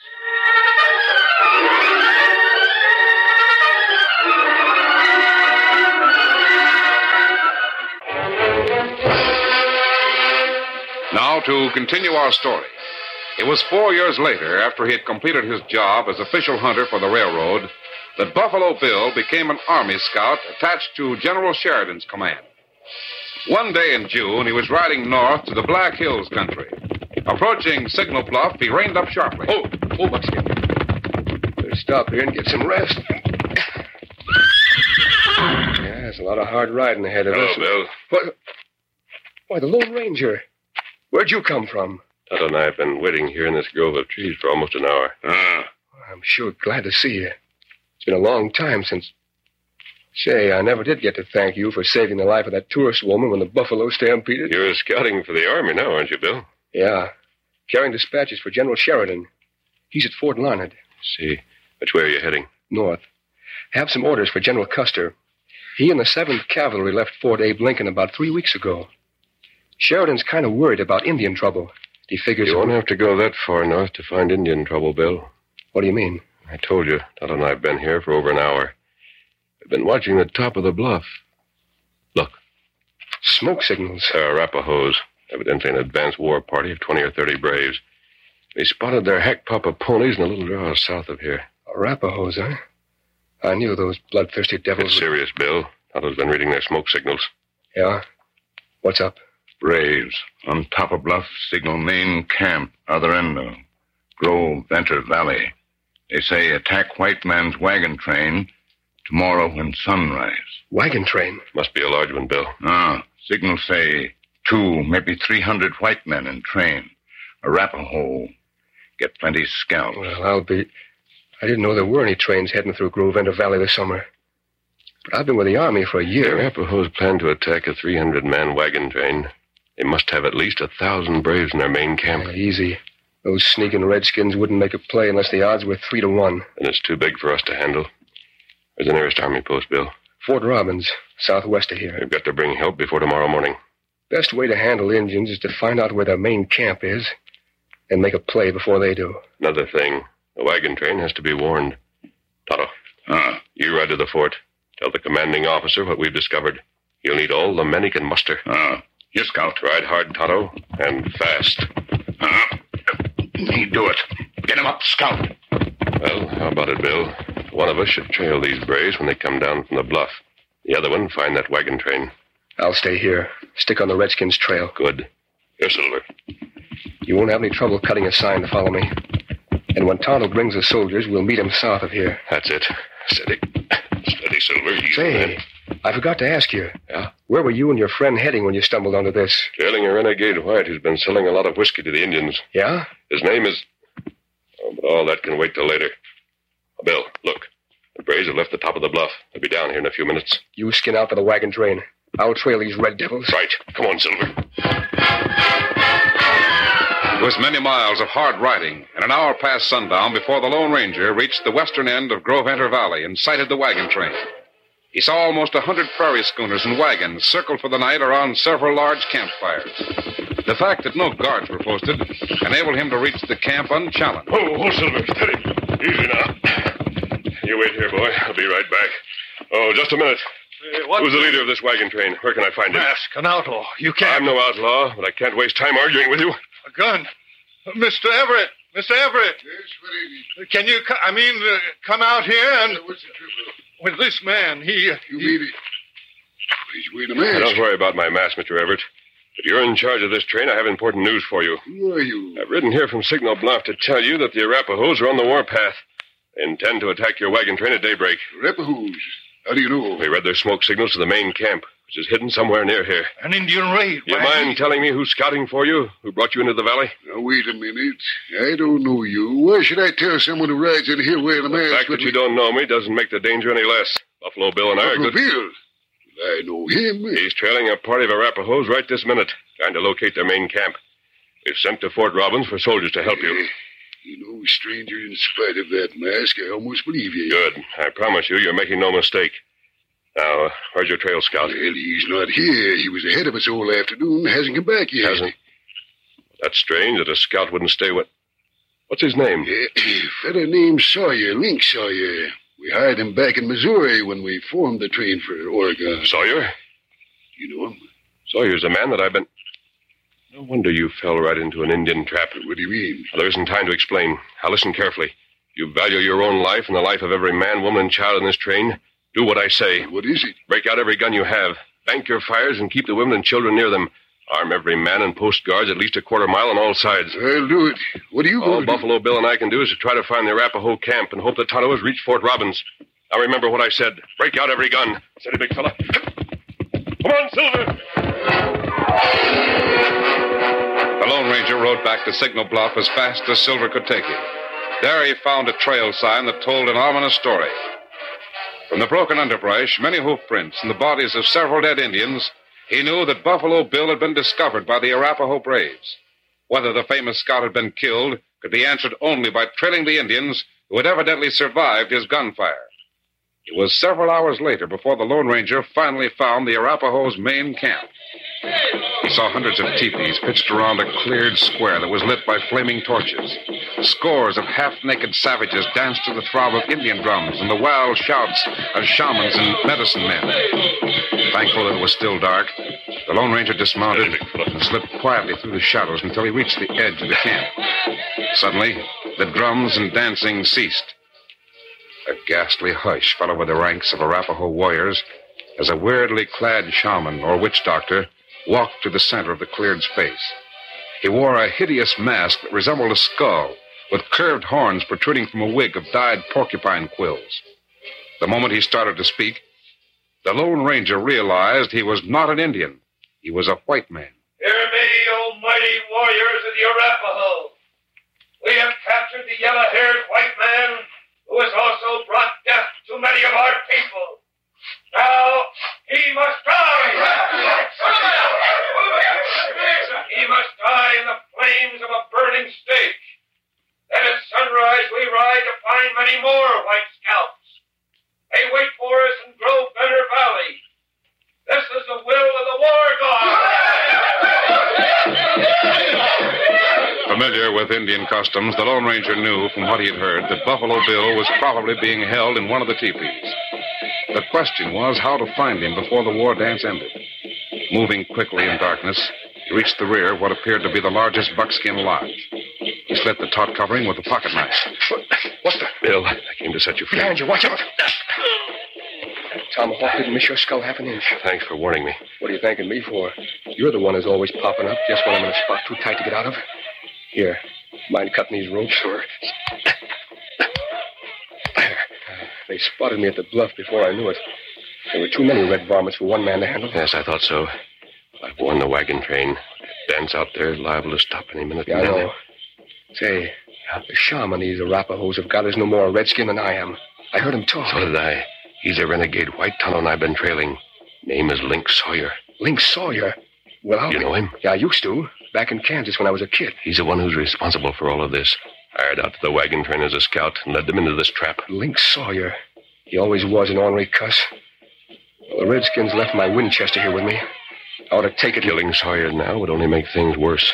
Now, to continue our story. It was four years later, after he had completed his job as official hunter for the railroad, that Buffalo Bill became an Army scout attached to General Sheridan's command. One day in June, he was riding north to the Black Hills country. Approaching Signal Bluff, he reined up sharply. Oh, oh, Buckskin. Better stop here and get some rest. yeah, it's a lot of hard riding ahead of us. Bill. What? Why, the Lone Ranger. Where'd you come from? Tonto and I have been waiting here in this grove of trees for almost an hour. I'm sure glad to see you. It's been a long time since. Say, I never did get to thank you for saving the life of that tourist woman when the buffalo stampeded. You're scouting for the Army now, aren't you, Bill? Yeah. Carrying dispatches for General Sheridan. He's at Fort Larned, See, which way are you heading? north. Have some orders for General Custer. He and the 7th Cavalry left Fort Abe Lincoln about three weeks ago. Sheridan's kind of worried about Indian trouble. He figures. You won't have to go that far north to find Indian trouble, Bill. What do you mean? I told you, Tonto and I have been here for over an hour. We've been watching the top of the bluff. Look. Smoke signals. Arapahoes. Evidently an advance war party of 20 or 30 braves. They spotted their heck papa ponies in a little draw south of here. Arapahoes, huh? I knew those bloodthirsty devils. It's serious, Bill. Tonto's been reading their smoke signals. Yeah? What's up? Braves. On top of bluff, signal main camp, other end of Grove, Venter Valley. They say attack white man's wagon train tomorrow when sunrise. Wagon train? Must be a large one, Bill. Ah, signals say two, maybe three hundred white men in train. Arapaho. Get plenty scalps. Well, I'll be. I didn't know there were any trains heading through Grove Ender Valley this summer. But I've been with the Army for a The year. Arapahoes plan to attack a 300 man wagon train. They must have at least a thousand braves in their main camp. Easy. Those sneaking redskins wouldn't make a play unless the odds were three to one. And it's too big for us to handle. Where's the nearest army post, Bill? Fort Robbins, southwest of here. We've got to bring help before tomorrow morning. Best way to handle Indians is to find out where their main camp is and make a play before they do. Another thing, the wagon train has to be warned. Toto, Uh. you ride to the fort. Tell the commanding officer what we've discovered. You'll need all the men he can muster. Ah, you scout. Uh, Ride hard, Toto, and fast. He do it. Get him up, scout. Well, how about it, Bill? One of us should trail these braves when they come down from the bluff. The other one find that wagon train. I'll stay here. Stick on the Redskins' trail. Good. Here, Silver. You won't have any trouble cutting a sign to follow me. And when Tonto brings the soldiers, we'll meet him south of here. That's it. Steady. Steady, Silver. Easy, Say, man. I forgot to ask you. Yeah? Where were you and your friend heading when you stumbled onto this? Trailing a renegade white who's been selling a lot of whiskey to the Indians. Yeah? His name is. Oh, but all that can wait till later. Bill, look. The Braves have left the top of the bluff. They'll be down here in a few minutes. You skin out for the wagon train. I'll trail these red devils. Right. Come on, Silver. It was many miles of hard riding, and an hour past sundown before the Lone Ranger reached the western end of Groventer Valley and sighted the wagon train. He saw almost a hundred prairie schooners and wagons circled for the night around several large campfires. The fact that no guards were posted enabled him to reach the camp unchallenged. Oh, oh, Silver, steady. Easy now. You wait here, boy. I'll be right back. Oh, just a minute. Who's the leader of this wagon train? Where can I find him? Ask an outlaw. You I'm can't. no outlaw, but I can't waste time arguing with you. A gun. Mr. Everett. Mr. Everett. Yes, what is it? Can you, co- I mean, uh, come out here and. What's the trouble? With this man, he. You he, it. Please wait a Don't worry about my mask, Mr. Everett. If you're in charge of this train, I have important news for you. Who are you? I've ridden here from Signal Bluff to tell you that the Arapahoes are on the warpath. They intend to attack your wagon train at daybreak. Arapahoes? How do you know? We read their smoke signals to the main camp, which is hidden somewhere near here. An Indian raid. You mind telling me who's scouting for you? Who brought you into the valley? Now, wait a minute. I don't know you. Why should I tell someone who rides in here wearing a The mask? fact that you don't know me doesn't make the danger any less. Buffalo Bill and I are Buffalo good. Bill? I know him. He's trailing a party of Arapahoes right this minute, trying to locate their main camp. We've sent to Fort Robbins for soldiers to help you. You know, stranger, in spite of that mask, I almost believe you. Good. I promise you, you're making no mistake. Now, uh, where's your trail scout? Well, he's not here. He was ahead of us all afternoon. Hasn't come back yet. Hasn't. That's strange that a scout wouldn't stay with. What's his name? Fella named Sawyer, Link Sawyer. We hired him back in Missouri when we formed the train for Oregon. Sawyer? You know him? Sawyer's a man that I've been. No wonder you fell right into an Indian trap. What do you mean? There isn't time to explain. Now listen carefully. You value your own life and the life of every man, woman, and child in this train. Do what I say. What is it? Break out every gun you have. Bank your fires and keep the women and children near them. Arm every man and post guards at least a quarter mile on all sides. I'll do it. What are you All going to do? Buffalo Bill and I can do is to try to find the Arapahoe camp and hope the Tontos reach Fort Robbins. Now remember what I said. Break out every gun. Steady, big fella. Come on, Silver. The Lone Ranger rode back to Signal Bluff as fast as Silver could take him. There he found a trail sign that told an ominous story. From the broken underbrush, many hoof prints, and the bodies of several dead Indians, he knew that Buffalo Bill had been discovered by the Arapaho Braves. Whether the famous scout had been killed could be answered only by trailing the Indians who had evidently survived his gunfire. It was several hours later before the Lone Ranger finally found the Arapaho's main camp. He saw hundreds of teepees pitched around a cleared square that was lit by flaming torches. Scores of half naked savages danced to the throb of Indian drums and the wild shouts of shamans and medicine men. Thankful that it was still dark, the Lone Ranger dismounted and slipped quietly through the shadows until he reached the edge of the camp. Suddenly, the drums and dancing ceased. A ghastly hush fell over the ranks of Arapaho warriors as a weirdly clad shaman or witch doctor walked to the center of the cleared space. He wore a hideous mask that resembled a skull, with curved horns protruding from a wig of dyed porcupine quills. The moment he started to speak, the Lone Ranger realized he was not an Indian. He was a white man. Hear me, O mighty warriors of the Arapaho. We have captured the yellow-haired white man who has also brought death to many of our people. Now he must die. He must die in the flames of a burning stake. And at sunrise we ride to find many more white scouts. They wait for us in Grove Bender Valley. This is the will of the war god. Familiar with Indian customs, the Lone Ranger knew from what he had heard that Buffalo Bill was probably being held in one of the teepees. The question was how to find him before the war dance ended. Moving quickly in darkness, he reached the rear of what appeared to be the largest buckskin lodge. He slit the taut covering with a pocket knife. What's the. Bill, I came to set you free. Behind you, watch out. Tomahawk didn't miss your skull half an inch. Thanks for warning me. What are you thanking me for? You're the one who's always popping up just when I'm in a spot too tight to get out of. Here, mind cutting these ropes? Sure. They spotted me at the bluff before I knew it. There were too many red varmints for one man to handle. Yes, I thought so. I've warned the wagon train. That Dance out there is liable to stop any minute. Yeah, I now. know. Say, the shaman these Arapahoes have got is no more a redskin than I am. I heard him talk. So did I. He's a renegade white tunnel I've been trailing. Name is Link Sawyer. Link Sawyer. Well, I'll You know him? Yeah, I used to. Back in Kansas when I was a kid. He's the one who's responsible for all of this. Hired out to the wagon train as a scout and led them into this trap. Link Sawyer. He always was an ornery cuss. Well, the Redskins left my Winchester here with me. I ought to take it. Killing Sawyer now would only make things worse.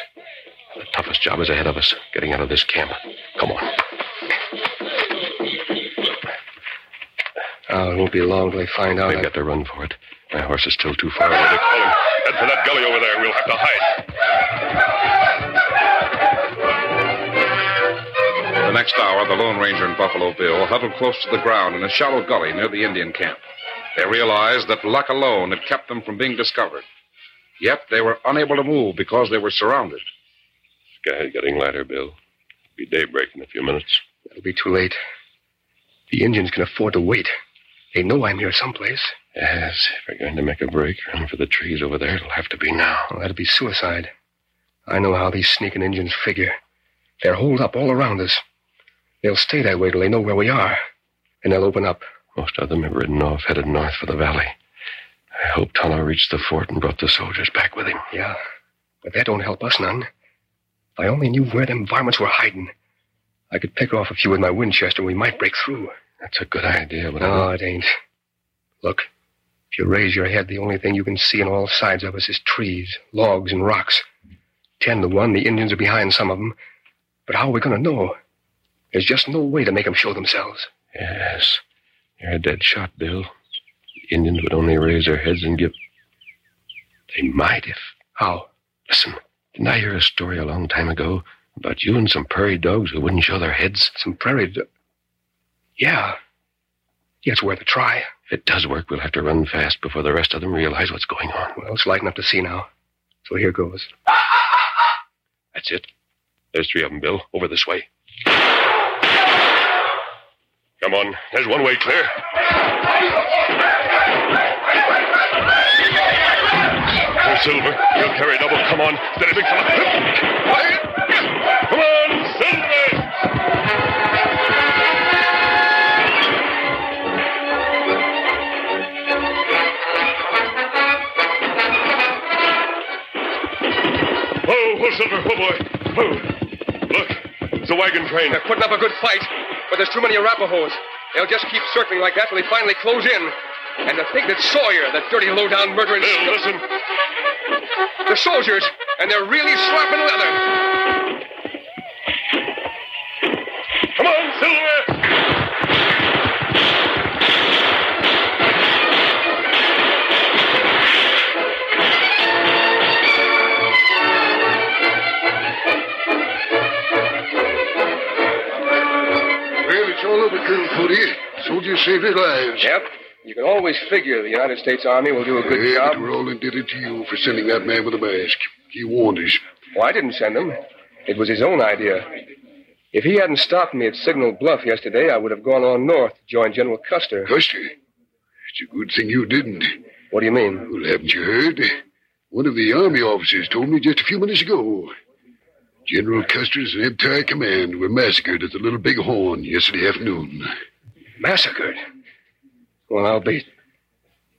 The toughest job is ahead of us, getting out of this camp. Come on. Oh, it won't be long till they find out. We've got to run for it. My horse is still too far away to call him. Head for that gully over there. We'll have to hide. The next hour, the Lone Ranger and Buffalo Bill huddled close to the ground in a shallow gully near the Indian camp. They realized that luck alone had kept them from being discovered. Yet they were unable to move because they were surrounded. Sky getting lighter, Bill. Be daybreak in a few minutes. It'll be too late. The Indians can afford to wait. They know I'm here someplace. Yes, if we're going to make a break, run for the trees over there. It'll have to be now. Well, that'd be suicide. I know how these sneaking Indians figure. They're holed up all around us. They'll stay that way till they know where we are, and they'll open up. Most of them have ridden off, headed north for the valley. I hope Tonto reached the fort and brought the soldiers back with him. Yeah, but that don't help us none. If I only knew where them varmints were hiding, I could pick off a few with my Winchester and we might break through. That's a good idea, but I No, it ain't. Look, if you raise your head, the only thing you can see on all sides of us is trees, logs, and rocks. Ten to one, the Indians are behind some of 'em. But how are we going to know? There's just no way to make 'em show themselves. Yes. You're a dead shot, Bill. The Indians would only raise their heads and give. They might if. How? Listen, didn't I hear a story a long time ago about you and some prairie dogs who wouldn't show their heads? Some prairie do- Yeah. Yeah, it's worth a try. If it does work, we'll have to run fast before the rest of them realize what's going on. Well, it's light enough to see now. So here goes. <laughs> That's it. There's three of them, Bill. Over this way. Come on. There's one way clear. There's Silver. He'll carry double. Come on. Steady, big fella. Come on, Silver! Oh, oh, Silver, oh boy. Oh, look, it's a wagon train. They're putting up a good fight, but there's too many Arapahoes. They'll just keep circling like that till they finally close in. And to think that Sawyer, that dirty low-down murdering... Bill, listen. The soldiers, and they're really slapping leather. Come on, Silver! Well, it's all over, Colonel Cody. Soldiers saved their lives. Yep. You can always figure the United States Army will do a good Yeah, job. but we're all indebted to you for sending that man with the mask. He warned us. Well, I didn't send him. It was his own idea. If he hadn't stopped me at Signal Bluff yesterday, I would have gone on north to join General Custer. Custer? It's a good thing you didn't. What do you mean? Well, haven't you heard? One of the Army officers told me just a few minutes ago. General Custer's and entire command were massacred at the Little Big Horn yesterday afternoon. Massacred? Well, I'll be.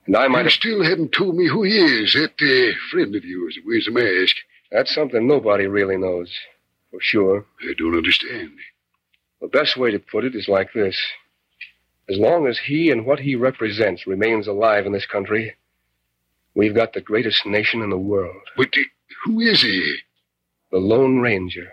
And I might You have. still haven't told me who he is, that uh, friend of yours that wears the mask. That's something nobody really knows. For sure. I don't understand. The best way to put it is like this As long as he and what he represents remains alive in this country, we've got the greatest nation in the world. But who is he? The Lone Ranger.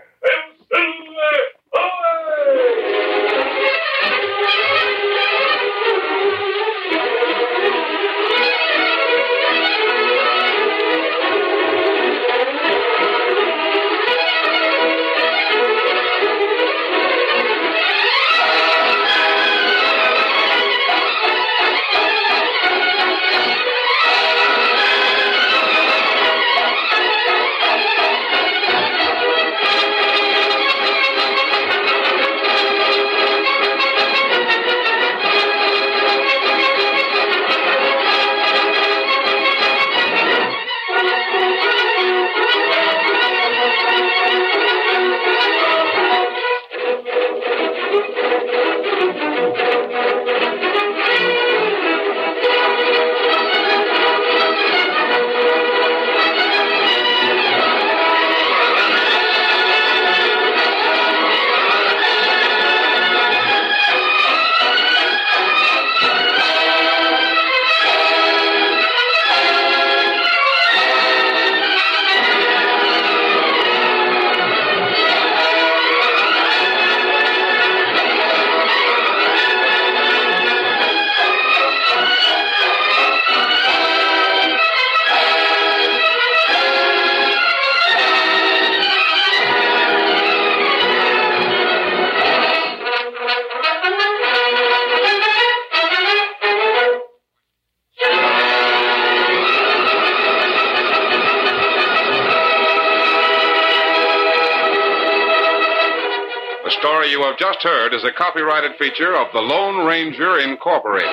The story you have just heard is a copyrighted feature of the Lone Ranger Incorporated.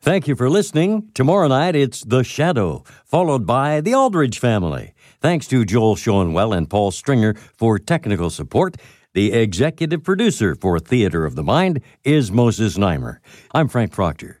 Thank you for listening. Tomorrow night it's The Shadow, followed by The Aldridge Family. Thanks to Joel Schoenwell and Paul Stringer for technical support. The executive producer for Theater of the Mind is Moses Neimer. I'm Frank Proctor.